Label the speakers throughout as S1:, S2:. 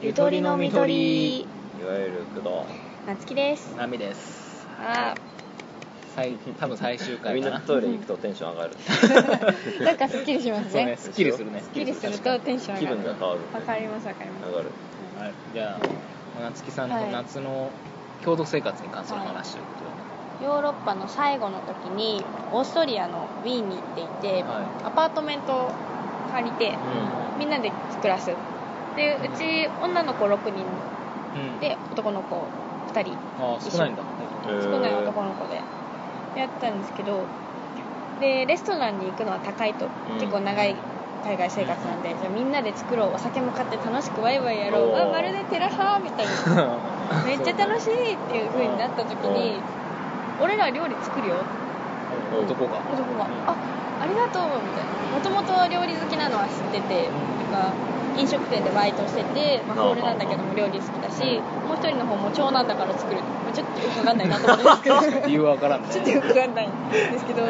S1: ゆとりのみとり
S2: いわゆる工
S1: なつきです
S2: 藤波です
S1: あ
S3: 最多分最終回かな
S2: みんなトイレ行くとテンション上がる
S1: ーなんかすっきりします
S3: そう
S1: ね
S3: ね
S1: す
S3: すっきりするね
S1: っきりするとテンション上
S2: 気
S1: がる
S2: 分が変わる
S1: わかりますわかります
S2: 上がる
S3: はいじゃあ夏木さん
S1: は
S3: の
S1: い
S3: 夏の共同生活に関する話ということで
S1: ヨーロッパの最後の時にオーストリアのウィーンに行っていて、
S3: は
S1: アパートメントを借りてみんなで暮らすでうち女の子6人
S3: うんうん
S1: で男の子2人
S3: あー少ないんだ
S2: へー
S1: 少ない男の子でやったんですけどでレストランに行くのは高いと
S2: ん
S1: 結構長い海外生活なんで、じゃあみんなで作ろうお酒も買って楽しくワイワイやろう
S2: お
S1: う
S2: ー
S1: わまるでテラハーみたいなめっちゃ楽しいっていう風になった時に俺ら料理作るよ
S2: うん
S3: 男が
S1: 男が
S3: うん
S1: 「あありがとう」みたいなもともと料理好きなのは知っててなんか飲食店でバイトしてて、まあ、ホールなんだけども料理好きだしもう一人の方も長男だから作る、まあ、ちょっとよくわかんないなと思うんですけど
S3: 理由はわからんね
S1: ちょっとよくわかんないんですけど
S2: あ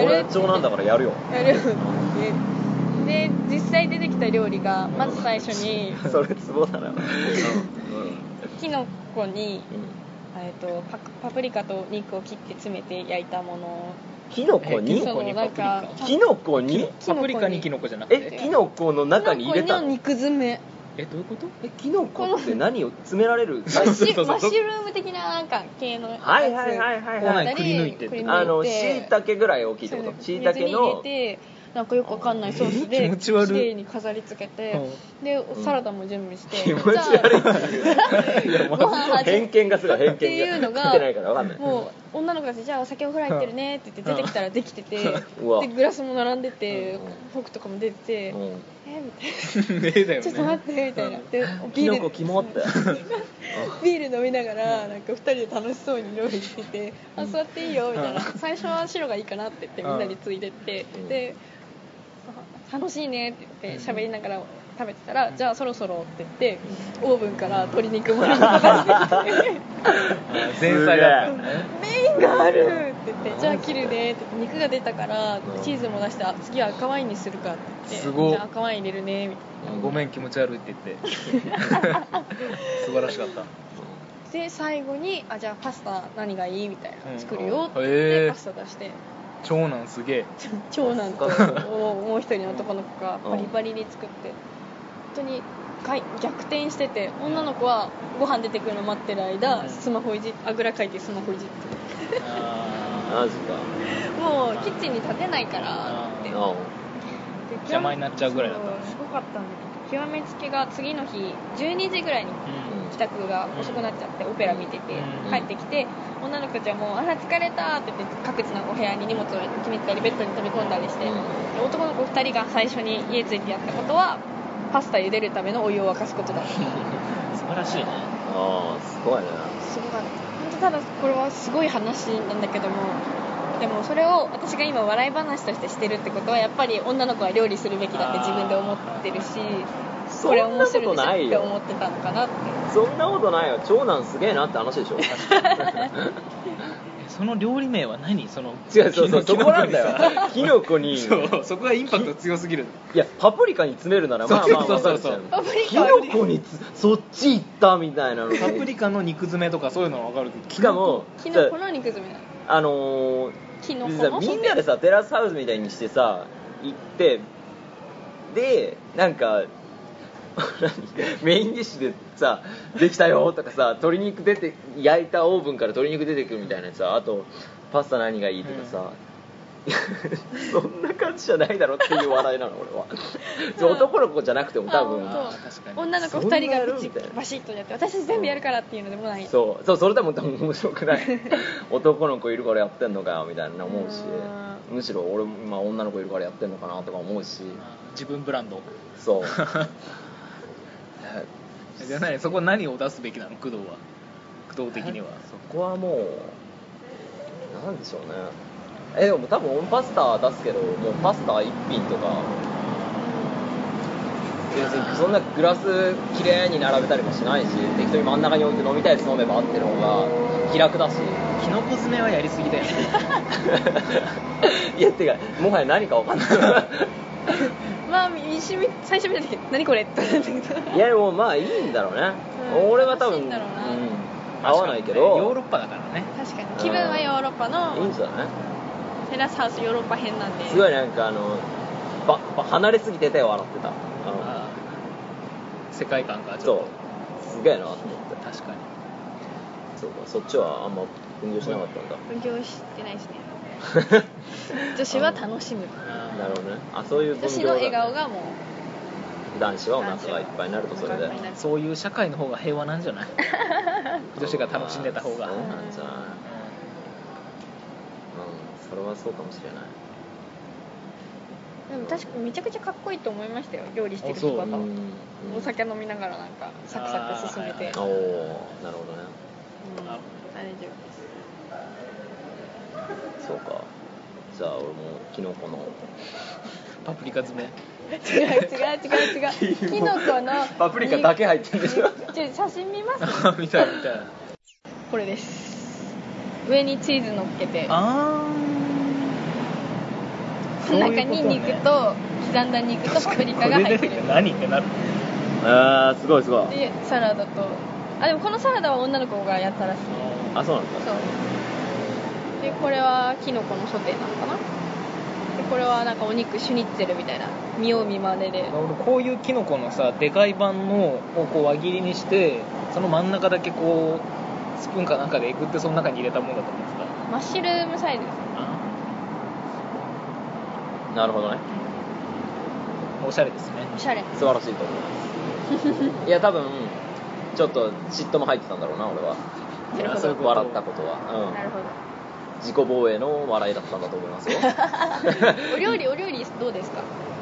S1: や
S2: 俺
S1: る
S2: 長男だからやるよ
S1: やるでで実際出てきた料理がまず最初 に
S2: それツボだなうん
S1: きのこに、
S2: うん
S1: えっとパクパプリカと肉を切って詰めて焼いたもの
S2: キノコ
S3: えキ
S2: に
S3: ノコ
S1: そ
S3: に
S1: のなんか
S3: パプリ
S2: キノコに
S1: キノコ
S3: パ
S1: に
S3: プリカにキノコじゃなく
S2: え
S3: て
S2: キノコの中に入れ
S1: きの
S2: た
S1: この
S2: の
S1: 肉詰め
S3: えどういう こと
S2: えキノコって何を詰められるはい
S1: マッ
S3: そう
S1: シ
S3: そ
S1: ュ
S3: うそう
S1: マッシュルーム的ななんか系のやつ
S2: はいはいはいはい
S3: こう
S2: は
S3: ないんかくり抜いてって
S1: くり抜いて
S2: あのしいたけぐらい大きいってことしいたけの
S1: 水に入れてなんかよくわかんないソース
S3: え
S1: で
S3: 気持ち悪い
S1: 綺麗に飾り付けてでサラダも準備して
S2: 気持ち悪い
S1: じゃあご飯味
S2: 偏見がすごい偏見が
S1: っていうのが
S2: 食ってないからわかんない
S1: もう女の子たちじゃあお酒お風呂入ってるねって言って出てきたらできてて
S2: うわ
S1: でグラスも並んでて
S2: うん
S1: フォークとかも出てて
S2: う
S1: え
S2: ん
S1: みたい
S3: ええだ
S1: な
S3: よ
S1: ちょ
S3: ね
S1: っと待ってみたいなで
S2: キノコキ モって
S1: ビール飲みながらなんか2人で楽しそうに料理してて「あ座っていいよ」みたいな最初は白がいいかなって言ってみんなについてって
S2: うん
S1: で「楽しいね」って言って喋りながら食べてたら「じゃあそろそろ」って言ってオーブンから鶏肉もらってきて
S3: 前菜だったのね
S1: メインがあるって言って「じゃあ切るね」って言って肉が出たからチーズも出してあ「次は赤ワインにするか」って言って「
S3: すごっ
S1: じゃあ赤ワイン入れるね」みたいな。
S3: あごめん気持ち悪いって言って 素晴らしかった
S1: で最後にあ「じゃあパスタ何がいい?」みたいな「
S3: うん
S1: 作るよ」って
S3: へ
S1: 言って
S3: ー
S1: パスタ出して
S3: 長男すげえ
S1: 長男ともう一人の男の子がバリバリに作って本当にかい逆転してて女の子はご飯出てくるの待ってる間スマホいじあぐらかいてスマホいじって
S2: マ
S3: あ
S2: ジか
S1: もうキッチンに立てないからって
S2: あ
S1: で
S3: 邪魔になっちゃうぐらいだったんだ
S1: そうすごかったんだけど極めつけが次の日12時ぐらいに帰宅が遅くなっちゃってオペラ見てて
S3: うん
S1: 帰ってきて女の子たちはもう「あら疲れた」って言って各自のお部屋に荷物を決めてたりベッドに飛び込んだりしてで男の子2人が最初に家着いてやったことはパスタ茹でるためのお湯を沸かすことだった
S3: 素晴らしいね
S2: あーすごいね
S1: すごかった本当ただこれはすごい話なんだけどもでもそれを私が今笑い話としてしてるってことはやっぱり女の子は料理するべきだって自分で思ってるし
S2: そ
S1: これ
S2: ん
S1: 面
S2: なこ
S1: 白
S2: と
S1: いでしょ
S2: ない
S1: って思
S2: よ
S1: ってたのかなって
S2: そんなことないよ長男すげえなって話でし ょ
S3: えその料理名は何その
S2: 違うそうそうそこなんだ よキノコに
S3: そうそこがインパクト強すぎる
S2: いやパプリカに詰めるならまあまあ
S3: そう
S2: わか
S3: そ
S2: る
S3: う
S2: じ
S3: そう
S2: ゃ
S3: そうん
S1: パプリ
S2: キ
S1: カは
S2: ノコにつそっち行ったみたいなの
S3: パプリカの肉詰めとかそういうのは分かるけど
S2: しかも
S1: キノコの肉詰めなの
S2: あのー
S1: キノコ
S2: さ
S1: の
S2: みんなでさテラスハウスみたいにしてさ行ってでなんか 何メインディッシュでさできたよとかさ鶏肉出て焼いたオーブンから鶏肉出てくるみたいなさあとパスタ何がいいとかさ、 そんな感じじゃないだろっていう笑いなの俺 はそう男の子じゃなくても多分
S1: あ
S3: あー確かに
S1: 女の子2人が
S2: そんなや
S1: バ
S2: る
S1: チ
S2: みたいな
S1: バシッとやって私たち全部やるからっていうのでもない
S2: そうそうそれでも多分面白くない 男の子いるからやってんのかよみたいな思うしむしろ俺も今女の子いるからやってんのかなとか思うし
S3: 自分ブランド
S2: そう
S3: じゃあ何そこ何を出すべきなの工藤は工藤的には
S2: そこはもうなんでしょうねえでも多分パスタ出すけどもうパスタ1品とか別にそんなグラス綺麗に並べたりもしないし適当に真ん中に置いて飲みたいやつ飲めばあってる方が気楽だし
S3: キノコ詰めはやりすぎだよね
S2: いやてかもはや何か分かんない
S1: まあみしみ最初見た時何これって思ったけど
S2: いやでもまあいいんだろうね、
S1: うん
S2: 俺は多
S1: 楽し
S2: 分
S1: いんだろうな
S2: うん合わないけど、
S3: 確かにねヨーロッパだからね
S1: 確かに気分はヨーロッパ
S2: いいん
S1: の
S2: じゃない
S1: テラスハウスヨーロッパ編なんです
S2: ごいなんかあのばば離れすぎてて笑ってたあ
S3: あー世界観が
S2: の
S3: ちょっ
S2: そ
S3: と
S2: うすげえなと思って
S3: 確かに
S2: そうかそっちはあんま分業しなかったんだ
S1: 勉強してないですね 女子は楽しむ
S2: なるほどねあそういう分
S1: 女子
S2: 業
S1: の
S2: だ、ね、
S1: 笑顔がもう
S2: 男子はお腹がいっぱいになるとそれで
S1: お腹いっぱいになる
S3: そういう社会の方が平和なんじゃない女子が楽しんでた方が
S2: そううんなんじゃないうんそれはそうかもしれない
S1: でも確かにめちゃくちゃかっこいいと思いましたよ料理してる
S3: あそう
S1: 姿
S2: う
S1: は
S2: ん
S1: お酒飲みながらなんかサクサク進めて
S3: あ
S1: うん
S2: おおーなるほどね
S1: あれ丈夫です
S2: そうかじゃあ俺もキノコの
S3: パプリカ詰め
S1: 違う違う違う違う キノコの
S2: パプリカだけ入ってるんでしょ
S1: ちょ写真見ます
S3: みたいみたい
S1: これです上にチーズ乗っけて
S3: あ
S1: この中に肉と刻んだ肉とパプリカが入ってる
S3: 何ってなる
S2: ああすごい すごい
S1: でサラダとあでもこのサラダは女の子がやったらしい
S2: あそうなんだ
S1: そうでこれはキノコのソテーなのかなでこれはなんかお肉シュニッツェルみたいな見よう見まねで
S3: 俺こういうキノコのさでかい版のをこう輪切りにしてその真ん中だけこうスプーンかなんかでえぐってその中に入れたもんだと思ってた
S1: マッシュルームサイズ
S2: なるほどね
S3: おしゃれですね
S1: おしゃれ
S2: 素晴らしいと思います いや多分ちょっと嫉妬も入ってたんだろうな俺は
S1: なるほど
S2: そういうこと笑ったことは、
S1: なる ほど
S2: うん、自己防衛の笑いだったんだと思いま すよ
S1: お料理お料理どうですか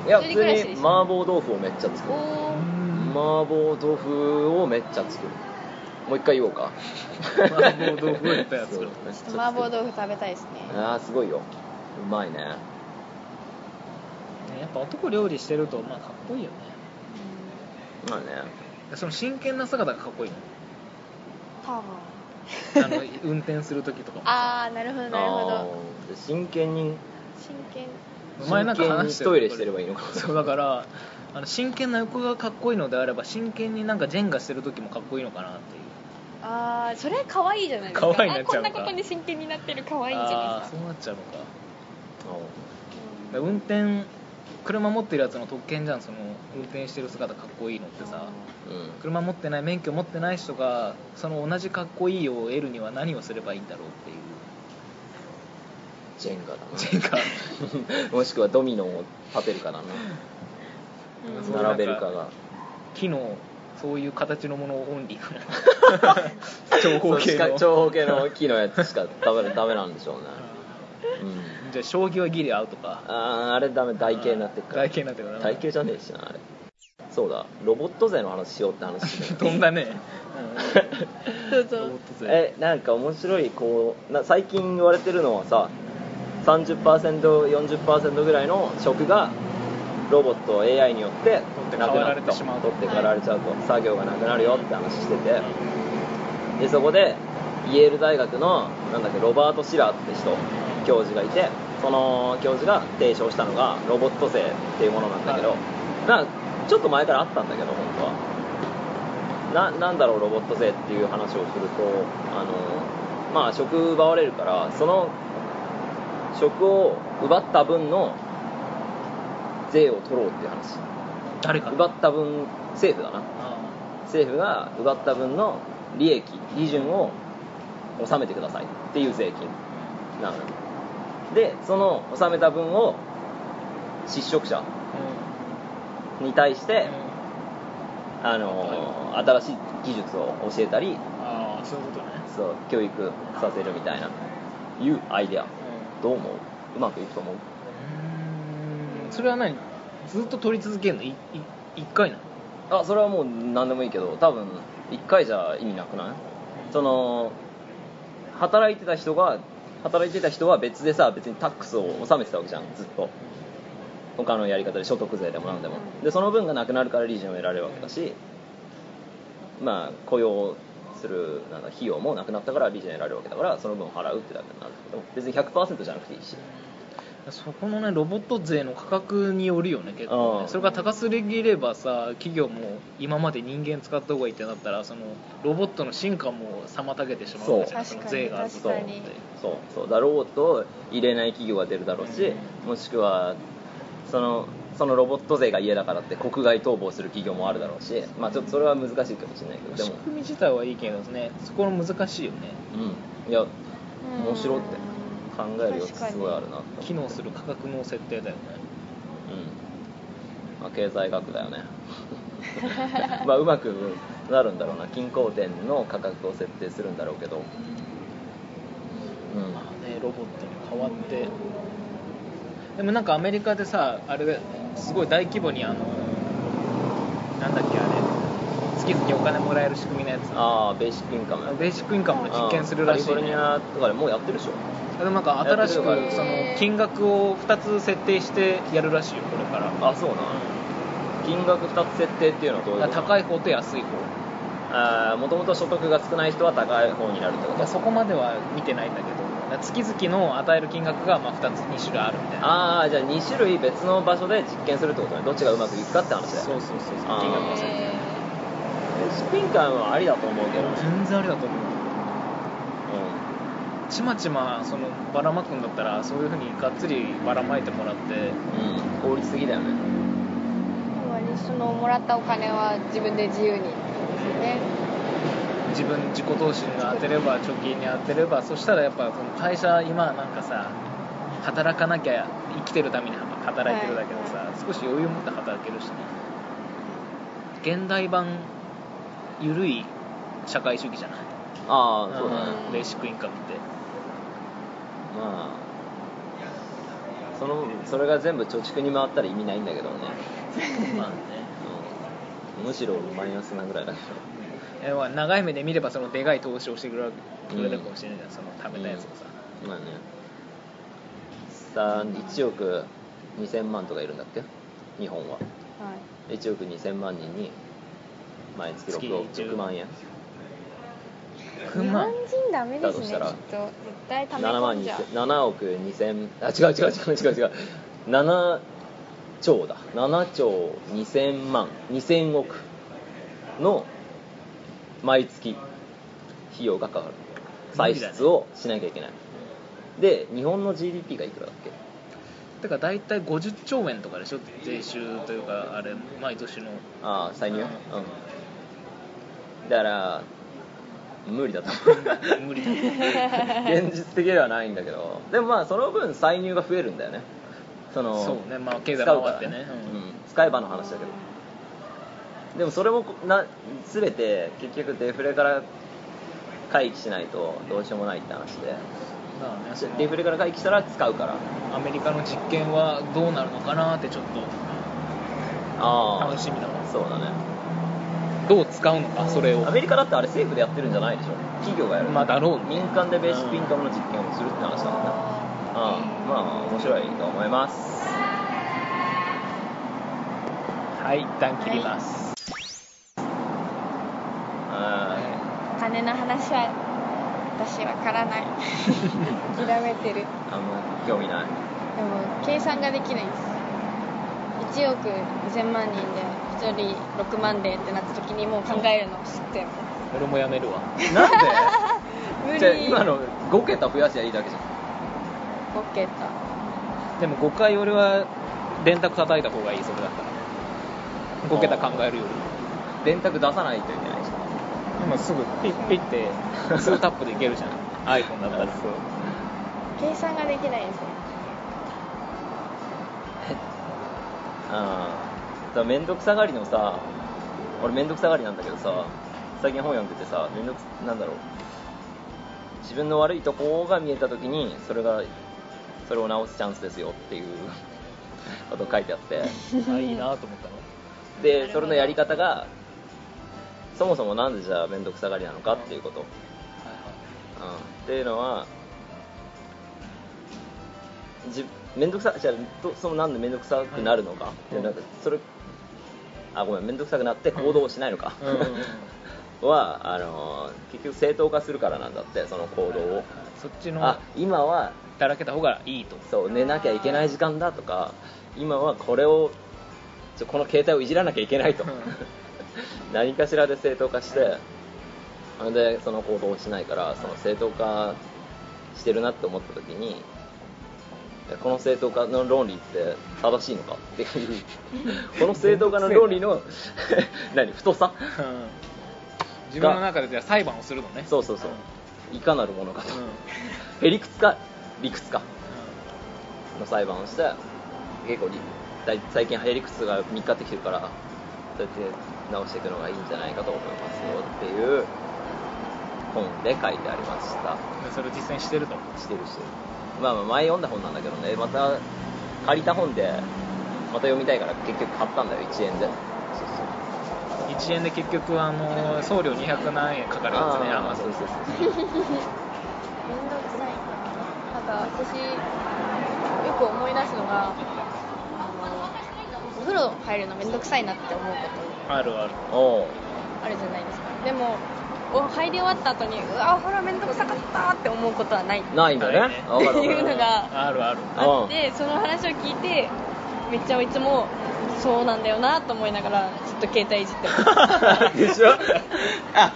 S2: いや
S1: 一人
S2: 普通
S1: 暮らしで
S2: に
S1: す
S2: 麻婆豆腐をめっちゃ作
S1: お
S2: る
S1: お
S3: ま
S2: 麻婆豆腐をめっちゃ作るもう一回言おうか
S3: 麻婆豆腐をいっぱい
S2: そうめ
S3: 作る
S2: っちゃ作る
S1: 麻婆豆腐食べたいですね
S2: ああすごいようまいね
S3: あねやっぱ男料理してるとまあかっこいいよね
S2: まあね
S3: その真剣な姿がかっ こいいの
S1: 多分
S3: あの運転する時とかも
S1: ああなるほどなるほ
S2: あ
S1: ど
S2: ー真剣に
S1: 真剣
S3: お前なんか話して
S2: 真剣にトイレしてればいいのか
S3: そうだからあの真剣な横がかっこいいのであれば真剣になんかジェンガしてる時もかっこいいのかなっていう
S1: ああそれ可愛いじゃないですか
S3: 可愛いなっ
S1: あ
S3: ち
S1: こ
S3: ゃうんのか
S1: なことに真剣になってる可愛いんじゃない
S3: あ
S1: で
S3: ー
S1: す
S3: そ
S1: か
S3: うなっちゃうのかだか
S2: あ
S3: ら運転車持ってるやつの特権じゃんその運転してる姿かっこいいのってさ
S2: ーうん
S3: 車持ってない免許持ってない人がその同じかっこいいを得るには何をすればいいんだろうっていう
S2: ジェンガだな
S3: ジェン ガ
S2: もしくはドミノを立てるかな
S1: うん
S3: そう
S2: 並べるかが
S3: 木のそういう形のものをオンリーかな 長方
S2: そう
S3: 形
S2: しか
S3: の
S2: 長方形の木のやつしか 食べダメなんでしょうね、うん、
S3: じゃあ将棋はギリ合うとか
S2: あーあれダメ台形になってっから
S3: 台形になってるから
S2: 台形じゃねえしなあれそうだロボット勢の話しようって話 してた
S3: 飛んだね、
S1: どう
S3: うん、
S1: ぞ
S3: ロボット勢
S2: えなんか面白いこうな最近言われてるのはさ 30%40% ぐらいの食がロボット AI によって
S3: 取って
S2: なく
S3: 代わ
S2: な
S3: ら
S2: る
S3: れ
S2: と
S3: てしまうと
S2: 取って代わられちゃうと作業がなくなるよって話しててでそこでイェール大学のなんだっけロバート・シラーって人教授がいてその教授が提唱したのがロボット性っていうものなんだけど、
S3: はい
S2: なんかちょっと前からあったんだけど本当はななんだろうロボット性っていう話をするとあのまあ職奪われるからその職を奪った分の税を取ろうっていう話
S3: 誰か
S2: 奪った分政府だな
S3: あ
S2: 政府が奪った分の利益利潤を納めてくださいっていう税金なのよでその納めた分を失職者
S3: あ
S2: に対し
S3: うん
S2: て
S3: うん、
S2: あの新しい技術を教えたり
S3: ああそういうことね、
S2: そう教育させるみたいないうアイデアどう思ううまくいくと思う
S3: うん、それは何ずっと取り続けるのいい一回なの
S2: あそれはもう何でもいいけど多分1回じゃ意味なくないその働いてた人が働いてた人は別でさ別にタックスを納めてたわけじゃんずっと他のやり方で所得税でも何でもでその分がなくなるから利潤を得られるわけだしまあ雇用するなんだ費用もなくなったから利潤を得られるわけだからその分を払うってだけになるけど別に100%じゃなくていいし
S3: そこのねロボット税の価格によるよね結
S2: う
S3: 構ね
S2: ん
S3: それが高すぎればさ企業も今まで人間使った方がいいってなったらそのロボットの進化も妨げてしまうわけじゃん
S1: そ
S3: そうの税がある
S1: 確
S3: と
S1: か
S2: そう
S1: に
S2: そうそうだろうと入れない企業が出るだろうし、もしくはそのそのロボット税が嫌だからって国外逃亡する企業もあるだろうし、まあ、ちょっとそれは難しいかもしれないけどで
S3: 仕
S2: も、
S3: 組み自体はいいけどねそこの難しいよね
S2: うん、いや
S1: うん
S2: 面白って考えるよ
S1: 確かに
S2: すごいあるなって
S3: 機能する価格の設定だよね
S2: うんまあ、経済学だよねまあうまくなるんだろうな均衡点の価格を設定するんだろうけど、うん
S3: まあねロボットに変わってでもなんかアメリカでさあれだよねすごい大規模にあのなんだっけあれ月々お金もらえる仕組みのやつ
S2: ああベーシックインカム
S3: ベーシックインカムの実験するらしい、
S2: カリフォルニ
S3: ね、
S2: アとかでもうやってるでしょ
S3: でもなんか新しく
S2: やってるよ
S3: その金額を2つ設定してやるらしいよこれから
S2: あそうな金額2つ設定っていうのはどういう
S3: だ
S2: こ
S3: から
S2: と
S3: 高い方と安い方
S2: あもともと所得が少ない人は高い方になるってこ
S3: い
S2: と
S3: やそこまでは見てないんだけどだから月々の与える金額がまあ2つ2種類あるみたいな
S2: ああじゃあ2種類別の場所で実験するってことねどっちがうまくいくかって話だよ
S3: そうそうそうそう
S2: あー
S3: 金額の設定
S2: ベーシックインカムはありだと思うけど、うん
S3: 全然ありだと思うちまちまそのばらまくんだったらそういうふうにがっつりばらまいてもらって
S2: うん、効率的だよね
S1: あまりそのもらったお金は自分で自由にですよね
S3: 自分自己投資に当てれば貯金に当てればそしたらやっぱその会社今なんかさ働かなきゃ生きてるために働いてるだけどさ、
S1: は
S3: 少し余裕を持って働けるしね現代版ゆるい社会主義じゃない
S2: ああそうだね
S3: うんベーシックインカムって
S2: まあそのそれが全部貯蓄に回ったら意味ないんだけどね、
S3: まあね
S2: うん、むしろマイナスなぐらいだけ
S3: えまあ長い目で見ればそのでかい投資をしてくれるくれるかもしれないじゃん、その貯めたやつをさ、
S2: どまあねさあ1億2000万とかいるんだっけ日本は
S1: はい
S2: 1億2000万人に毎月
S3: 月
S2: 6億
S3: 10
S2: 6万円
S3: 9
S1: 日
S3: 万
S1: 本人ダメです
S2: だと
S1: ね
S2: し
S1: き
S2: た
S1: っ
S2: ら
S1: と絶対貯め
S2: 7万
S1: 込んじゃう
S2: 2000 7億2000あ違う違う違う違う違う7兆だ7兆2000万2000億の毎月費用がかかる歳出をしなきゃいけない、で日本の GDP がいくらだっけ
S3: てか大体50兆円とかでしょ税収というかあれ毎年の
S2: ああ歳入う
S3: う
S2: んんだから無 理だと思う
S3: 無理だ
S2: 現実的ではないんだけどでもまあその分歳入が増えるんだよねその
S3: そうねまあ経済
S2: 使うか
S3: 回
S2: ら
S3: ってね
S2: うん使えばの話だけどでもそれもこな全て結局デフレから回帰しないとどうしようもないって話で
S3: だからねそ
S2: デフレ
S3: の
S2: から回帰したら使うから
S3: アメリカの実験はどうなるのかなってちょっと
S2: ああ
S3: 楽しみだわ
S2: そうだね
S3: どう使うのかそれを
S2: アメリカだってあれ政府でやってるんじゃないでしょ企業がやる
S3: まあだろうね
S2: 民間でベーシックインカムの実験をするって話だもんねああまあ面白いと思います
S3: はい一旦切ります、
S2: は
S1: 金の話は私わからない諦めてる
S2: いあんま興味ない
S1: でも計算ができないんです1億2000万人で1人6万でってなった時にもう考えるのを知って
S3: 俺もやめるわ
S2: なん
S1: 無
S2: で
S1: 理
S2: じゃあ今の5桁増やしゃいいだけじゃん
S1: ボケた
S3: でも5回俺は電卓叩いた方がいいそれだったら5桁考えるより
S2: 電卓出さないといけないし
S3: 今すぐピッピッて2タップでいけるじゃん iPhone だったらそう
S1: 計算ができないですね
S2: うんだめんどくさがりのさ俺めんどくさがりなんだけどさ最近本読んでてさめんどくなんだろう自分の悪いとこが見えた時にそれがそれを直すチャンスですよっていうこと書いてあって
S3: あいいなと思ったの
S2: でそれのやり方がそもそもなんでじゃあ面倒くさがりなのかっていうこと、うん、っていうのはじ面倒くさじゃあどそのなんで面倒くさくなるのか、
S3: うん
S2: でなんかそれあごめん面倒くさくなって行動をしないのか、
S3: うんうんうん
S2: はあのー結局正当化するからなんだってその行動を、
S3: そっちの
S2: あ今は
S3: だらけた方がいいと
S2: そう寝なきゃいけない時間だとか今はこれをちょこの携帯をいじらなきゃいけないと
S3: うん
S2: 何かしらで正当化してそれでその行動をしないからその正当化してるなって思った時にえこの正当化の論理って正しいのかっていうこの正当化の論理の 何太さ
S3: うん自分の中でじゃあ裁判をするのね
S2: そうそうそういかなるものかと、
S3: うん
S2: へりくつか理屈かの裁判をして結構りだい最近へりくつが見っかってきてるからそうやって直していくのがいいんじゃないかと思いますよっていう本で書いてありました
S3: うんでそれを実践してると
S2: してるしまあまあ前読んだ本なんだけどねまた借りた本でまた読みたいから結局買ったんだよ1円でそうそう
S3: 1円で結局あの送料200何円かかるやつね
S2: あー
S3: アマゾ
S2: そ
S3: ン
S2: うそうそう
S1: めんどくさいななんか私よく思い出すのがあのお風呂入るのめんどくさいなって思うこと
S3: あるある
S2: おう
S1: あるじゃないですかでもお入り終わった後にうわお風呂めんどくさかったって思うことはないって
S2: ないんだね
S3: ないね
S2: あわかるわかる
S1: いうのが
S3: あるある
S1: あってその話を聞いてめっちゃいつもそうなんだよなと思いながらずっと携帯いじってます
S2: でしょあ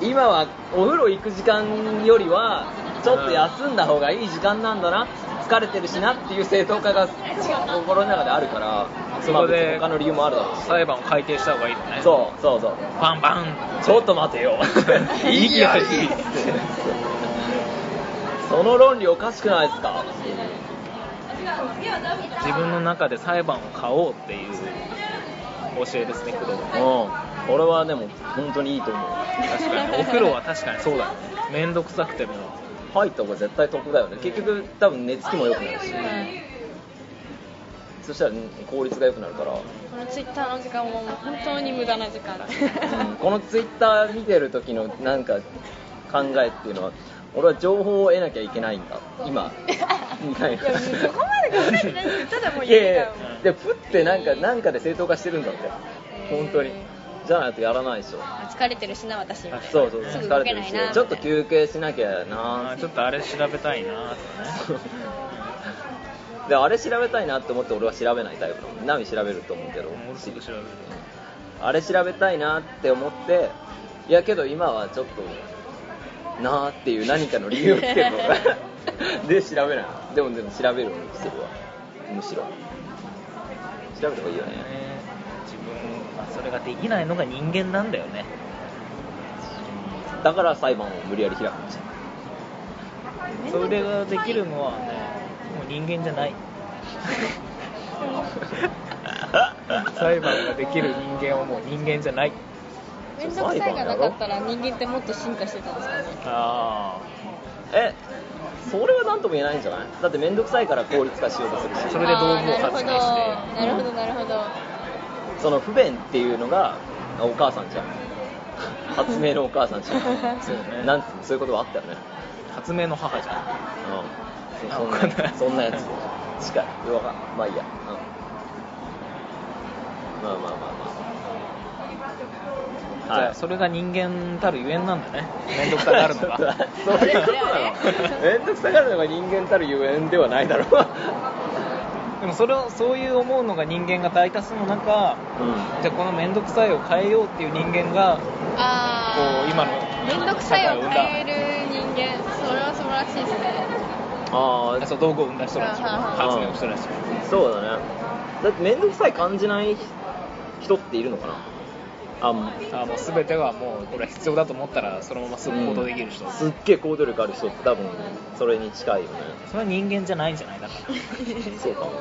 S2: 今はお風呂行く時間よりはちょっと休んだ方がいい時間なんだな疲れてるしなっていう正当化が心の中であるから
S3: そこ
S2: まあ別に
S3: で
S2: 他の理由もあるだろうし
S3: 裁判を改定した方がいいのね
S2: そうそうそう
S3: バンバン
S2: ちょっと待て よ
S3: 息 悪い
S2: その論理おかしくないですか
S3: 自分の中で裁判を買おうっていう教えですね工藤
S2: うんこれはでも本当にいいと思う
S3: 確かにお風呂は確かにそうだね面倒くさくても
S2: 入った方が絶対得だよね結局多分寝つきも良くなるしそしたら効率が良くなるから
S1: このツイッターの時間も本当に無駄な時間
S2: うん このツイッター見てる時のなんか考えっていうのは俺は情報を得なきゃいけないんだ今みたいな
S1: やそこまで考えてないけどただもう
S2: いやいやい
S1: やりた
S2: や
S1: いもん
S2: でプってなんかなんかで正当化してるんだって本当に
S1: え
S2: じゃないとやらないでしょ
S1: ー疲れてるしな私みたいな
S2: そうそう
S1: すぐ
S2: 疲
S1: 動
S2: れ
S1: け
S2: てる
S1: ない
S2: し
S1: な
S2: ちょっと休憩しなきゃな
S3: あーちょっとあれ調べたいなとかね
S2: であれ調べたいなって思って俺は調べないタイプなの何調べると思うけど
S3: 俺すぐ調べる
S2: あれ調べたいなって思っていやけど今はちょっとなーっていう何かの理由をつける ので調べないでもでも調べるようにしてるわむしろ調べた方がいいよね
S3: ね自分はそれができないのが人間なんだよね
S2: だから裁判を無理やり開くんじ
S3: それができるのはねもう人間じゃない 裁判ができる人間はもう人間じゃない
S1: 面倒くさいがなかったら人間ってもっと進化してたんですかね
S3: あ
S2: ゃんえそれは何とも言えないんじゃないだって面倒くさいから効率化しようとするし
S3: それで道具を発明して
S1: あーなるほどなるほどなる
S2: その不便っていうのがお母さんじゃん発明のお母さんじゃん
S3: そうね
S2: なんつそういうことはあったよね
S3: あ発明の母じゃん
S2: うん
S3: あ
S2: そん
S3: わかんな
S2: ないそんなやつしかわかんまあいいや、うん、まあまあまあ
S3: じ
S2: まあ
S3: ゃあそれが人間たるゆえんなんだ ね面倒くさくなるのが
S2: そういうことなの面倒くさがるのが人間たるゆえんではないだろう
S3: でもそれをそういう思うのが人間が大多数の中
S2: うん
S3: じゃあこの面倒くさいを変えようっていう人間が
S1: ほど
S3: こ
S1: ああ
S3: う今の
S1: 面倒くさいを変える人間それは素晴らしいですね
S2: ああ
S3: そう道具を生んだ人らしい
S1: はあは
S2: あ
S3: 発明をしたらしい
S2: そうだねだって面倒くさい感じない人っているのかなあもう
S3: あもう全てがもうこれは必要だと思ったらそのまますぐ行動できる人、
S2: うん
S3: そ
S2: すっげえ行動力ある人って多分それに近いよね
S3: れは人間じゃないんじゃないだから
S2: そうかもね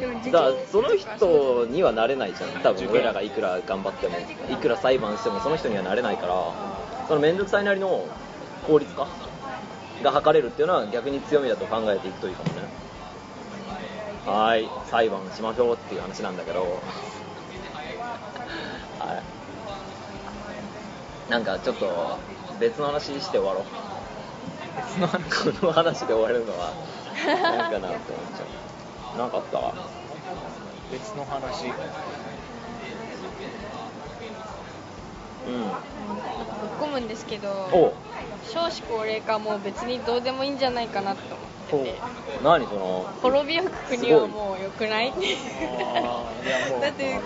S1: でも
S2: だからその人にはなれないじゃん多分俺らがいくら頑張ってもいくら裁判してもその人にはなれないからその面倒くさいなりの効率化が図れるっていうのは逆に強みだと考えていくといいかもねはーい裁判しましょうっていう話なんだけどはいなんかちょっと別の話して終わろう
S3: その話
S2: この話で終わるのは なんかなって思っちゃうなんかあった
S3: 別の話
S2: うん
S1: ぶっ込むんですけど
S2: おう
S1: 少子高齢化も別にどうでもいいんじゃないかなと思ってってて
S2: 何その
S1: 滅びゆく国はもう良くないっていう
S3: あーいや もう
S1: だって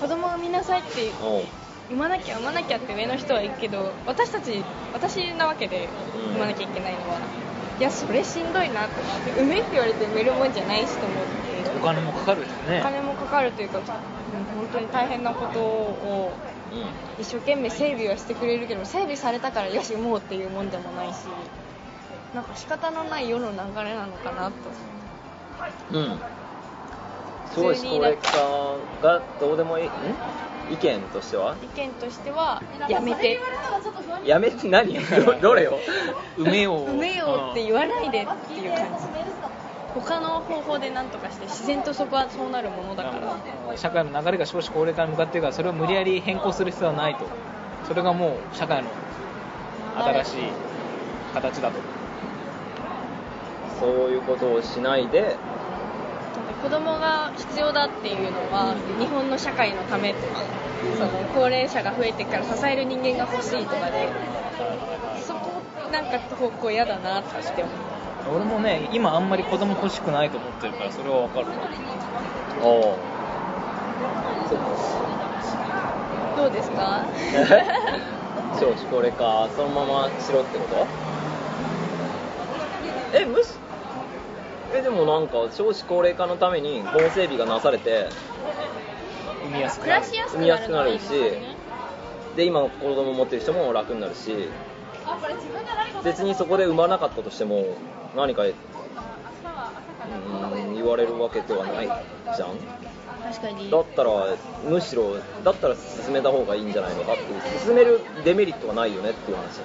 S1: 子供産みなさいって
S2: おう
S1: 産まなきゃ産まなきゃって上の人は言うけど私たち私なわけで
S2: うん
S1: 産まなきゃいけないのは、いやそれしんどいなと思って産めって言われて産めるもんじゃないしと思って
S3: お金もかかるし
S1: お
S3: ね
S1: 金もかかるというか、うん本当に大変なことを
S2: う
S1: 一生懸命整備はしてくれるけど整備されたからよし産もうっていうもんでもないしなんか仕方のない世の流れなのかなと
S2: んうんすごい思考レクさんがどうでもいいん意見としては
S1: 意見としてはやめて
S2: やめて何 どどれを
S3: 埋めよう
S1: 産めようって言
S3: わ
S1: わないでっていう感じ他の方法でなんとかして自然とそこはそうなるものだから
S3: 社会の流れが少子高齢化に向かっているからそれを無理やり変更する必要はないとそれがもう社会の新しい形だと
S2: そういうことをしないで
S1: なんか子供が必要だっていうのは日本の社会のためとかその高齢者が増えてから支える人間が欲しいとかでそこなんか方向嫌だなって思う
S3: 俺もね今あんまり子供欲しくないと思ってるからそれは分かるわ
S2: おう
S1: どうですか
S2: 少子高齢化そのまましろってことえむしえでもなんか少子高齢化のために法整備がなされて
S3: 産みやすく
S1: 暮らしやすくなるのはいいですよね
S2: で今子供持ってる人も楽になるし別にそこで産まなかったとしても何か、うん、言われるわけではないじゃん
S1: 確かに
S2: だったらむしろだったら進めた方がいいんじゃないのかっていう進めるデメリットがないよねっていう話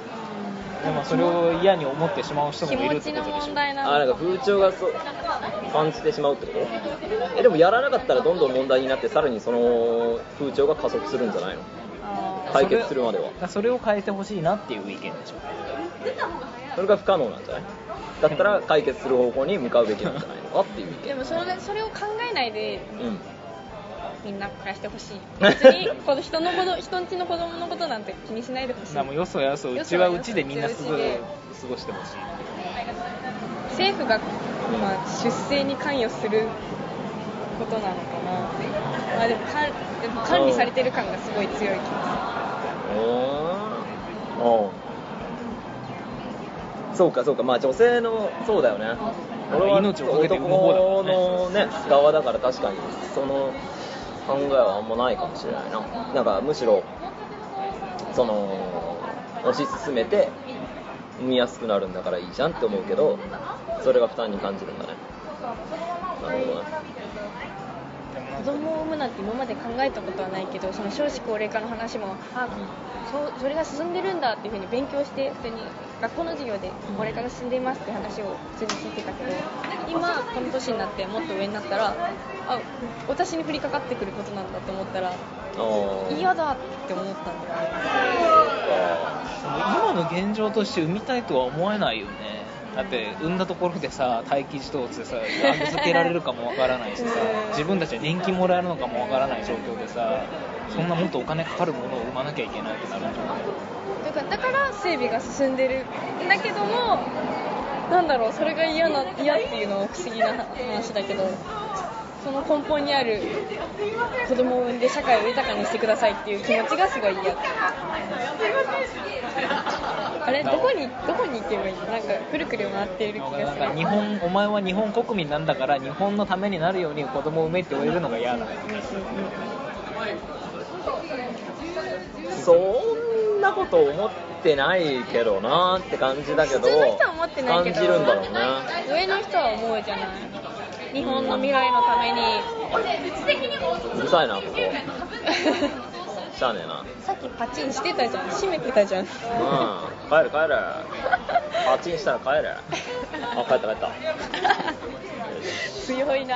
S3: でもそれを嫌に思ってしまう人も
S1: 気
S3: いる
S1: 持
S3: って
S1: ち
S3: こ
S1: の
S3: とでしょ
S1: 問題
S2: あな
S1: なんの
S2: か風潮がそう感じてしまうってことえでもやらなかったらどんどん問題になってさらにその風潮が加速するんじゃないの
S1: あ
S2: 解決するまでは
S3: それそれを変えてほしいなっていう意見でしょ
S2: それが不可能なんじゃないだったら解決する方向に向かうべきなんじゃないのかっていう意
S1: ーでもそれそれを考えないで
S2: 見うん
S1: みんな暮らしてほしい別にこの人のこと人んちの子供のことなんて気にしないでほしい
S3: だからもうよそやそう
S1: よ
S3: う
S1: そ
S3: ち
S1: や
S3: は
S1: そう
S3: うちでみんな過ご
S1: うちで
S3: 過ごしてほしい
S1: 政府が、まあ、出生に関与することなのかな、まあ、でもかでも管理されてる感がすごい強い気が
S2: おそうかそうかまあ女性のそうだよね俺は
S3: 命をかけて産む方だ
S2: 男
S3: もんね
S2: のね側だから確かにその考えはあんまないかもしれないななんかむしろその推し進めて産みやすくなるんだからいいじゃんって思うけどそれが負担に感じるんだねなるほどね
S1: する子供を産むなんて今まで考えたことはないけどその少子高齢化の話もあそうそれが進んでるんだっていうふうに勉強して普通に学校の授業でこれから進んでいますって話を普通に聞いてたけど今この年になってもっと上になったらあ私に降りかかってくることなんだと思ったら
S2: あー
S1: 嫌だって思ったんだよね
S3: でも今の現状として産みたいとは思えないよねだって産んだところでさ待機児童ってさ預けられるかもわからないしさ
S1: うん
S3: 自分たちで年金もらえるのかもわからない状況でさそんなもっとお金かかるものを産まなきゃいけないってなるんじゃない
S1: だからだから整備が進んでるんだけどもなんだろうそれが嫌な嫌っていうのは不思議な話だけどその根本にある子供を産んで社会を豊かにしてくださいっていう気持ちがすごい嫌あれどこにどこに行けばいいのなんかくるくる回っている気が
S3: なん
S1: す
S3: か
S1: る
S3: 日本お前は日本国民なんだから日本のためになるように子供を産めって言われるのが嫌だ
S2: そんなこと思ってないけどなって感じだけど
S1: 普通の人は思ってないけど
S2: 感じるんだろうね
S1: 上の人は思うじゃない日本の未来のために
S2: うるさいなここしゃあねえな
S1: さっきパチンしてたじゃん閉めてたじゃん
S2: うん帰る帰るパチンしたら帰るあ帰った帰っ
S1: 強いなぁ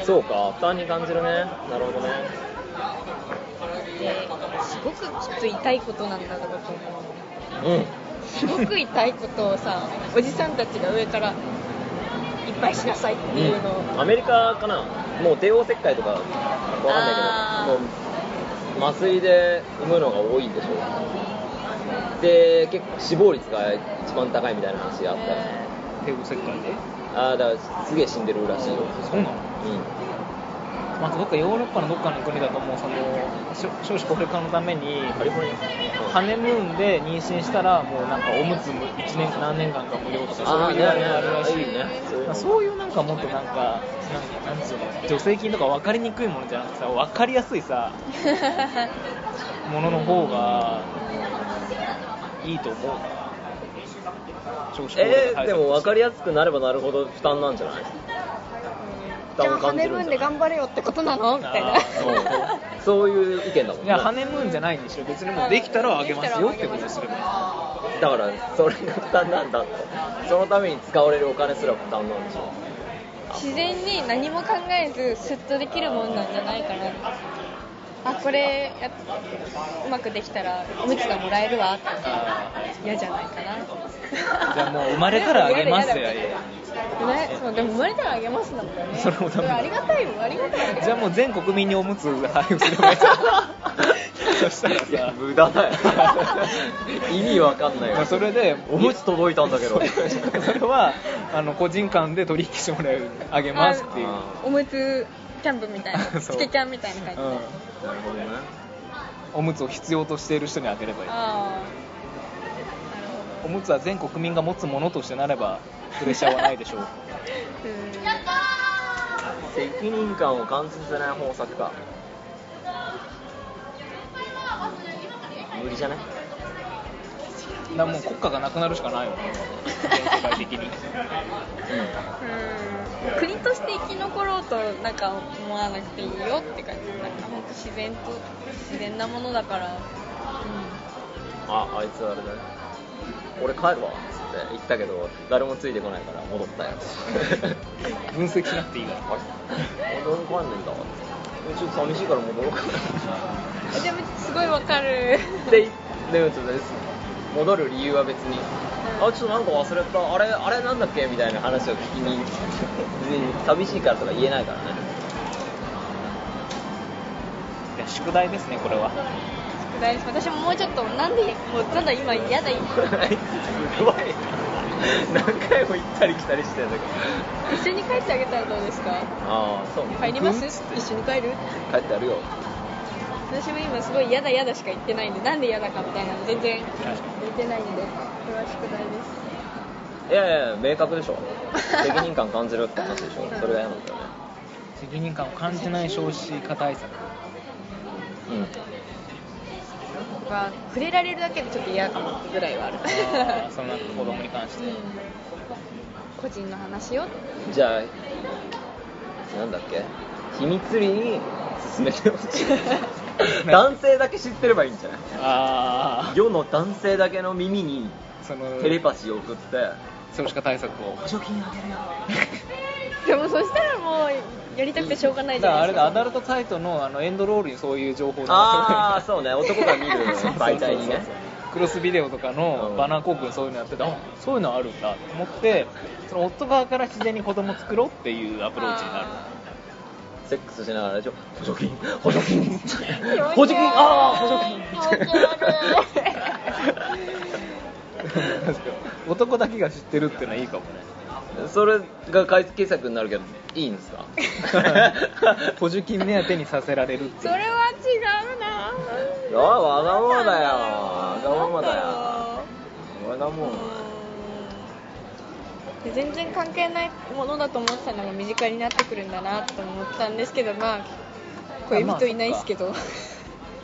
S2: たそうか負担に感じるねなるほどね
S1: ですごくきつい痛いことなんだろうと思う
S2: う
S1: すごく痛いことをさおじさんたちが上からいっぱいしなさいっていう のを、
S2: ん、アメリカかなもう帝王切開とかわかんない
S1: あ
S2: け
S1: ー
S2: どもう麻酔で産むのが多いんでしょで結構死亡率が一番高いみたいな話があったらしい
S1: え
S3: 帝国切開で
S2: ああだからすげえ死んでるらしいよ
S3: そうなの
S2: う
S3: まずどっかヨーロッパのどっかの国だともうそのしょ少子高齢化のために
S2: んカリフォルニア
S3: ハネムーンで妊娠したらもうなんかおむつも1年何年間か無料とか
S2: あ
S3: そ
S2: あ
S3: ういう
S2: ね
S3: のがあるらしい
S2: いいねそういう
S3: ま
S2: の
S3: あそういうなんかもっとなんかなんなんつうの助成金とか分かりにくいものじゃなくてさ分かりやすいさものの方がいいと思う少子高齢
S2: え
S3: 化
S2: ー、
S3: 対策
S2: でも分かりやすくなればなるほど負担なんじゃない負
S1: じゃ
S2: 担
S1: あ
S2: を
S1: ハ
S2: 感
S1: ネ
S2: じ
S1: ム
S2: る
S1: ーン
S2: んじ
S1: で
S2: ゃない
S1: 頑張れよってことなのみたいな
S3: あ ー
S2: うんそういう意見だもん
S3: い
S2: ね
S3: やハネムーンじゃないんでしょ別にもうできたらあげますよってことすればいい
S2: だからそれが負担なんだってそのために使われるお金すら負担なんでしょ
S1: 自然に何も考えずスッとできるもんなんじゃないかなあこれやっうまくできたらおむつがもらえるわって嫌じゃないかな
S3: じゃあもう生まれたらあげます よ
S1: 嫌だ嫌だねそうでも生まれたらあげますんだもんね
S3: それもダメ
S1: ありがたいもんありがたいありがたい
S3: じゃあもう全国民におむつ配布すればいいじゃんそ したら
S2: いや
S3: さ
S2: 無駄だよ 意味わかんない
S3: ま
S2: よ
S3: あそれで
S2: おむつ届いたんだけど
S3: それはあの個人間で取引してもらえるあげますっていう、
S2: あ
S1: おむつキャンプみたいな
S3: そう
S1: つけキャンみたいな感じ、
S3: うん、
S2: なるほどね
S3: おむつを必要としている人にあげればいい
S1: あ
S3: おむつは全国民が持つものとしてなればプレッシャーはないでしょう
S1: あ うん
S2: 責任感を感じさせない方策か無理じゃない
S3: だからもう国家がなくなるしかないよね全世界的
S1: う
S3: に
S1: ん国として生き残ろうとなんか思わなくていいよって感じなんか本当自然と自然なものだから
S2: ああいつあれだね俺帰るわっつって言ったけど誰もついてこないから戻った よ
S3: 分析しなくていいから
S2: 俺俺帰んねえんだわっつってちょっと寂しいから戻ろうかな
S1: えでもすごいわかる
S2: ででもちょっとです戻る理由は別に
S1: うん
S2: あちょっとなんか忘れたあれあれなんだっけみたいな話を聞きに別に寂しいからとか言えないからね
S3: いや宿題ですねこれは
S1: 宿題私ももうちょっとなんでもうただ今嫌だ
S2: あいつすごい何回も行ったり来たりしてんだけど
S1: 一緒に帰ってあげたらどうですか
S2: ああそう
S1: 帰ります
S3: 行くっつって
S1: 一緒に帰る
S2: 帰ってあるよ
S1: 私も今すごい嫌だ嫌だしか言ってないんでなんで嫌だかみたいなの全然言ってないんでこれは宿題です
S2: いやいや明確でし ょ責任感感じるって話でしょそれが嫌なんだよね
S3: 責任感を感じない少子化対策
S2: うん
S1: が触れられるだけでちょっと嫌かもぐらい はある
S3: あーそのなんか子供に関して
S1: 個人の話を
S2: じゃあなんだっけ秘密裏に進めてほし い男性だけ知ってればいいんじゃない
S3: あ
S2: 世の男性だけの耳に
S3: あその
S2: テレパシーを送って
S3: 少子化対策を
S2: 補助金あげるよ
S1: でもそしたらもうやりたくてしょうがないじ
S3: だ
S1: ゃ
S3: から
S1: な
S3: あ
S1: いです
S3: れだ
S1: か
S3: アダルトサイトのあのエンドロールにそういう情報が
S2: ああ
S3: う
S2: そうね男が見る媒体にね
S3: クロスビデオとか
S2: う
S3: の
S2: ん
S3: バナー広告にそういうのやってて、あそういうのあるんだと思ってその夫側から自然に子供作ろうっていうアプローチにな る
S2: セックスしながらでしょ補助 金補助 金
S1: 気持ち悪い
S2: 補助金ああ補助金
S1: 気持ち悪い
S3: 男だけが知ってるっていうのはいいかもね
S2: それが解決策になるけどいいんですか
S3: 補助金目当てにさせられるって
S1: そ
S3: い
S1: れ
S3: う
S1: は違うな
S2: ああわがままだよわがままだよわがま
S1: う
S2: ま
S1: ん全然関係ないものだと思ってたのが身近になってくるんだなと思ったんですけどまあ恋人いないですけど、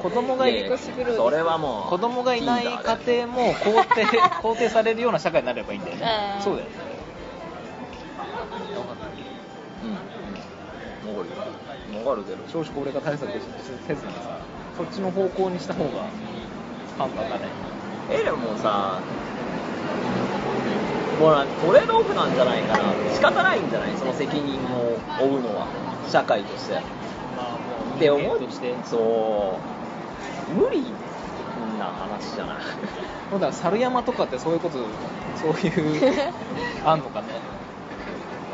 S3: 子供がい
S1: ね
S3: る
S1: え腰風呂です
S2: それはもう
S3: 子供がいない家庭も肯定 肯定されるような社会になればいいんだよね
S1: あー
S3: そうだよね
S2: うんうんわかるよわかるけど
S3: 少子高齢化対策せずにさそっちの方向にした方が簡単だね
S2: エレンもさもうなんかトレードオフなんじゃないかな仕方ないんじゃないその責任を負うのは社会として
S3: まあも
S2: って思う
S3: として
S2: そう無理な話じゃない
S3: そうだ猿山とかってそういうことそういう あんのかね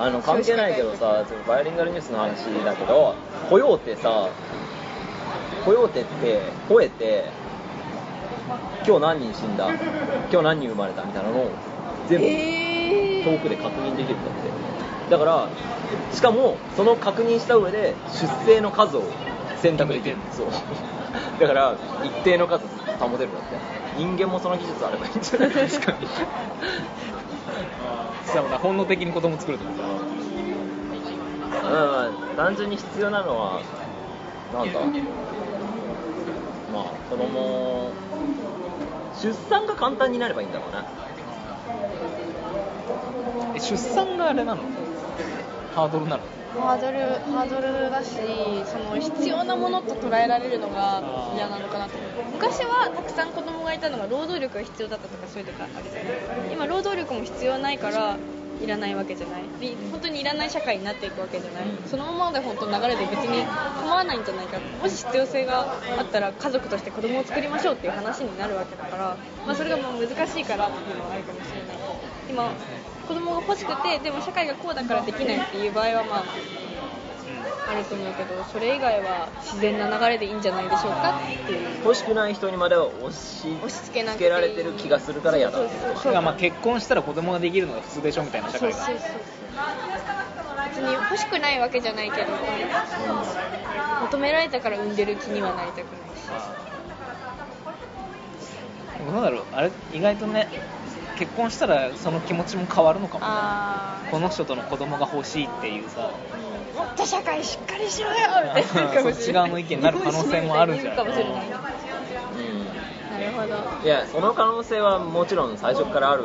S2: あの関係ないけどさそのバイリンガルニュースの話だけどコヨーテさコヨーテって吠えて今日何人死んだ今日何人生まれたみたいなのを全部
S1: え
S2: 遠くで確認できるんだってだからしかもその確認した上で出生の数を選択できるそう だから一定の数保てるんだって人間もその技術あればいいんじゃないですか
S3: そしたら本能的に子供作ると思う
S2: うん単純に必要なのはなんだまあ子供出産が簡単になればいいんだろうな
S3: え出産があれなのハードルなの
S1: ハードルハードルだしその必要なものと捉えられるのが嫌なのかなと昔はたくさん子供がいたのが労働力が必要だったとかそういうとこあったじゃない今労働力も必要ないからいらないわけじゃないで本当にいらない社会になっていくわけじゃないそのままで本当流れで別に構わないんじゃないかもし必要性があったら家族として子供を作りましょうっていう話になるわけだから、まあ、それがもう難しいからっていうのはあるかもしれない今子供が欲しくてでも社会がこうだからできないっていう場合はまああると思うけどそれ以外は自然な流れでいいんじゃないでしょうかっていう
S2: 欲しくない人にまでは押し
S1: 押し付けなく
S2: 付けられてる気がするから嫌だ
S1: そうそう
S3: だ
S1: そ
S3: か
S1: う
S3: らまあ結婚したら子供ができるのが普通でしょみたいな社
S1: そう
S3: 会
S1: そう
S3: が
S1: そう別に欲しくないわけじゃないけど求められたから産んでる気にはなりたくないし
S3: でもどうだろうあれ意外とね結婚したらその気持ちも変わるのかもね
S1: あ
S3: この人との子供が欲しいっていうさ
S1: ーもっと社会しっかりしろよみたいなるか
S3: そ
S1: も
S3: っ
S1: し
S3: ち
S1: れな
S3: 側
S1: い
S3: の意見になる可能性もあるんじゃない
S1: 日本一みたに言うかもし
S2: う
S1: れないなるほど
S2: んいやその可能性はもちろん最初からある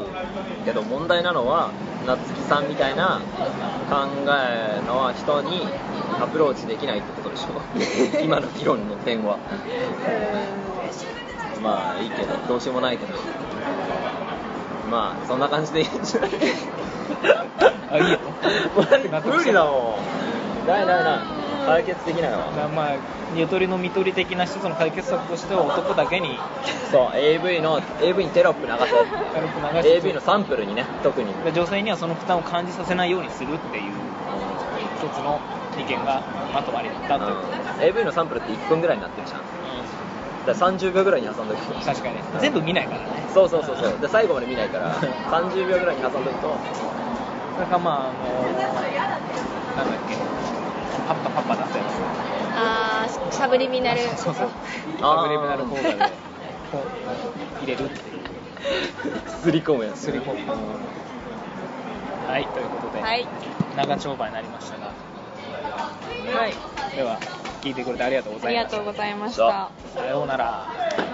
S2: けど問題なのは夏木さんみたいな考えの人にアプローチできないってことでし ょ今の議論の点はまあいいけどどうしようもないけどまあそんな感じでいいんじゃ ない
S3: あいいよ
S2: もうだって無理だもんないないない解決できないわ
S3: まあまあゆとりの見取り的な一つの解決策としては男だけに
S2: そう AV の AV にテロップ流せ
S3: 軽く流して
S2: AV のサンプルにね特に
S3: で女性にはその負担を感じさせないようにするっていう一つの意見がまとまりだということ
S2: うん
S3: で
S2: AV のサンプルって1分ぐらいになってるじゃんだから30秒ぐらいに挟んどく
S3: 確かにね全部見ないからね
S2: そうそうそうそうで最後まで見ないから30秒ぐらいに挟んどくと
S3: だからまああのなんだっけパッパパッパ出すや
S1: あーサブリミナル
S3: つそうそう
S2: あー
S3: サブリミナル効果でこう入れるっていう
S2: すり込むやつ
S3: すり込むはいということで、
S1: はい
S3: 長丁場になりましたが
S1: はい
S3: では聞いてくれてありがとうご
S1: あ
S3: ざ
S1: り
S3: い
S1: が
S3: まし
S1: とうございまし
S2: さ
S1: た
S3: たさようなら
S2: さよ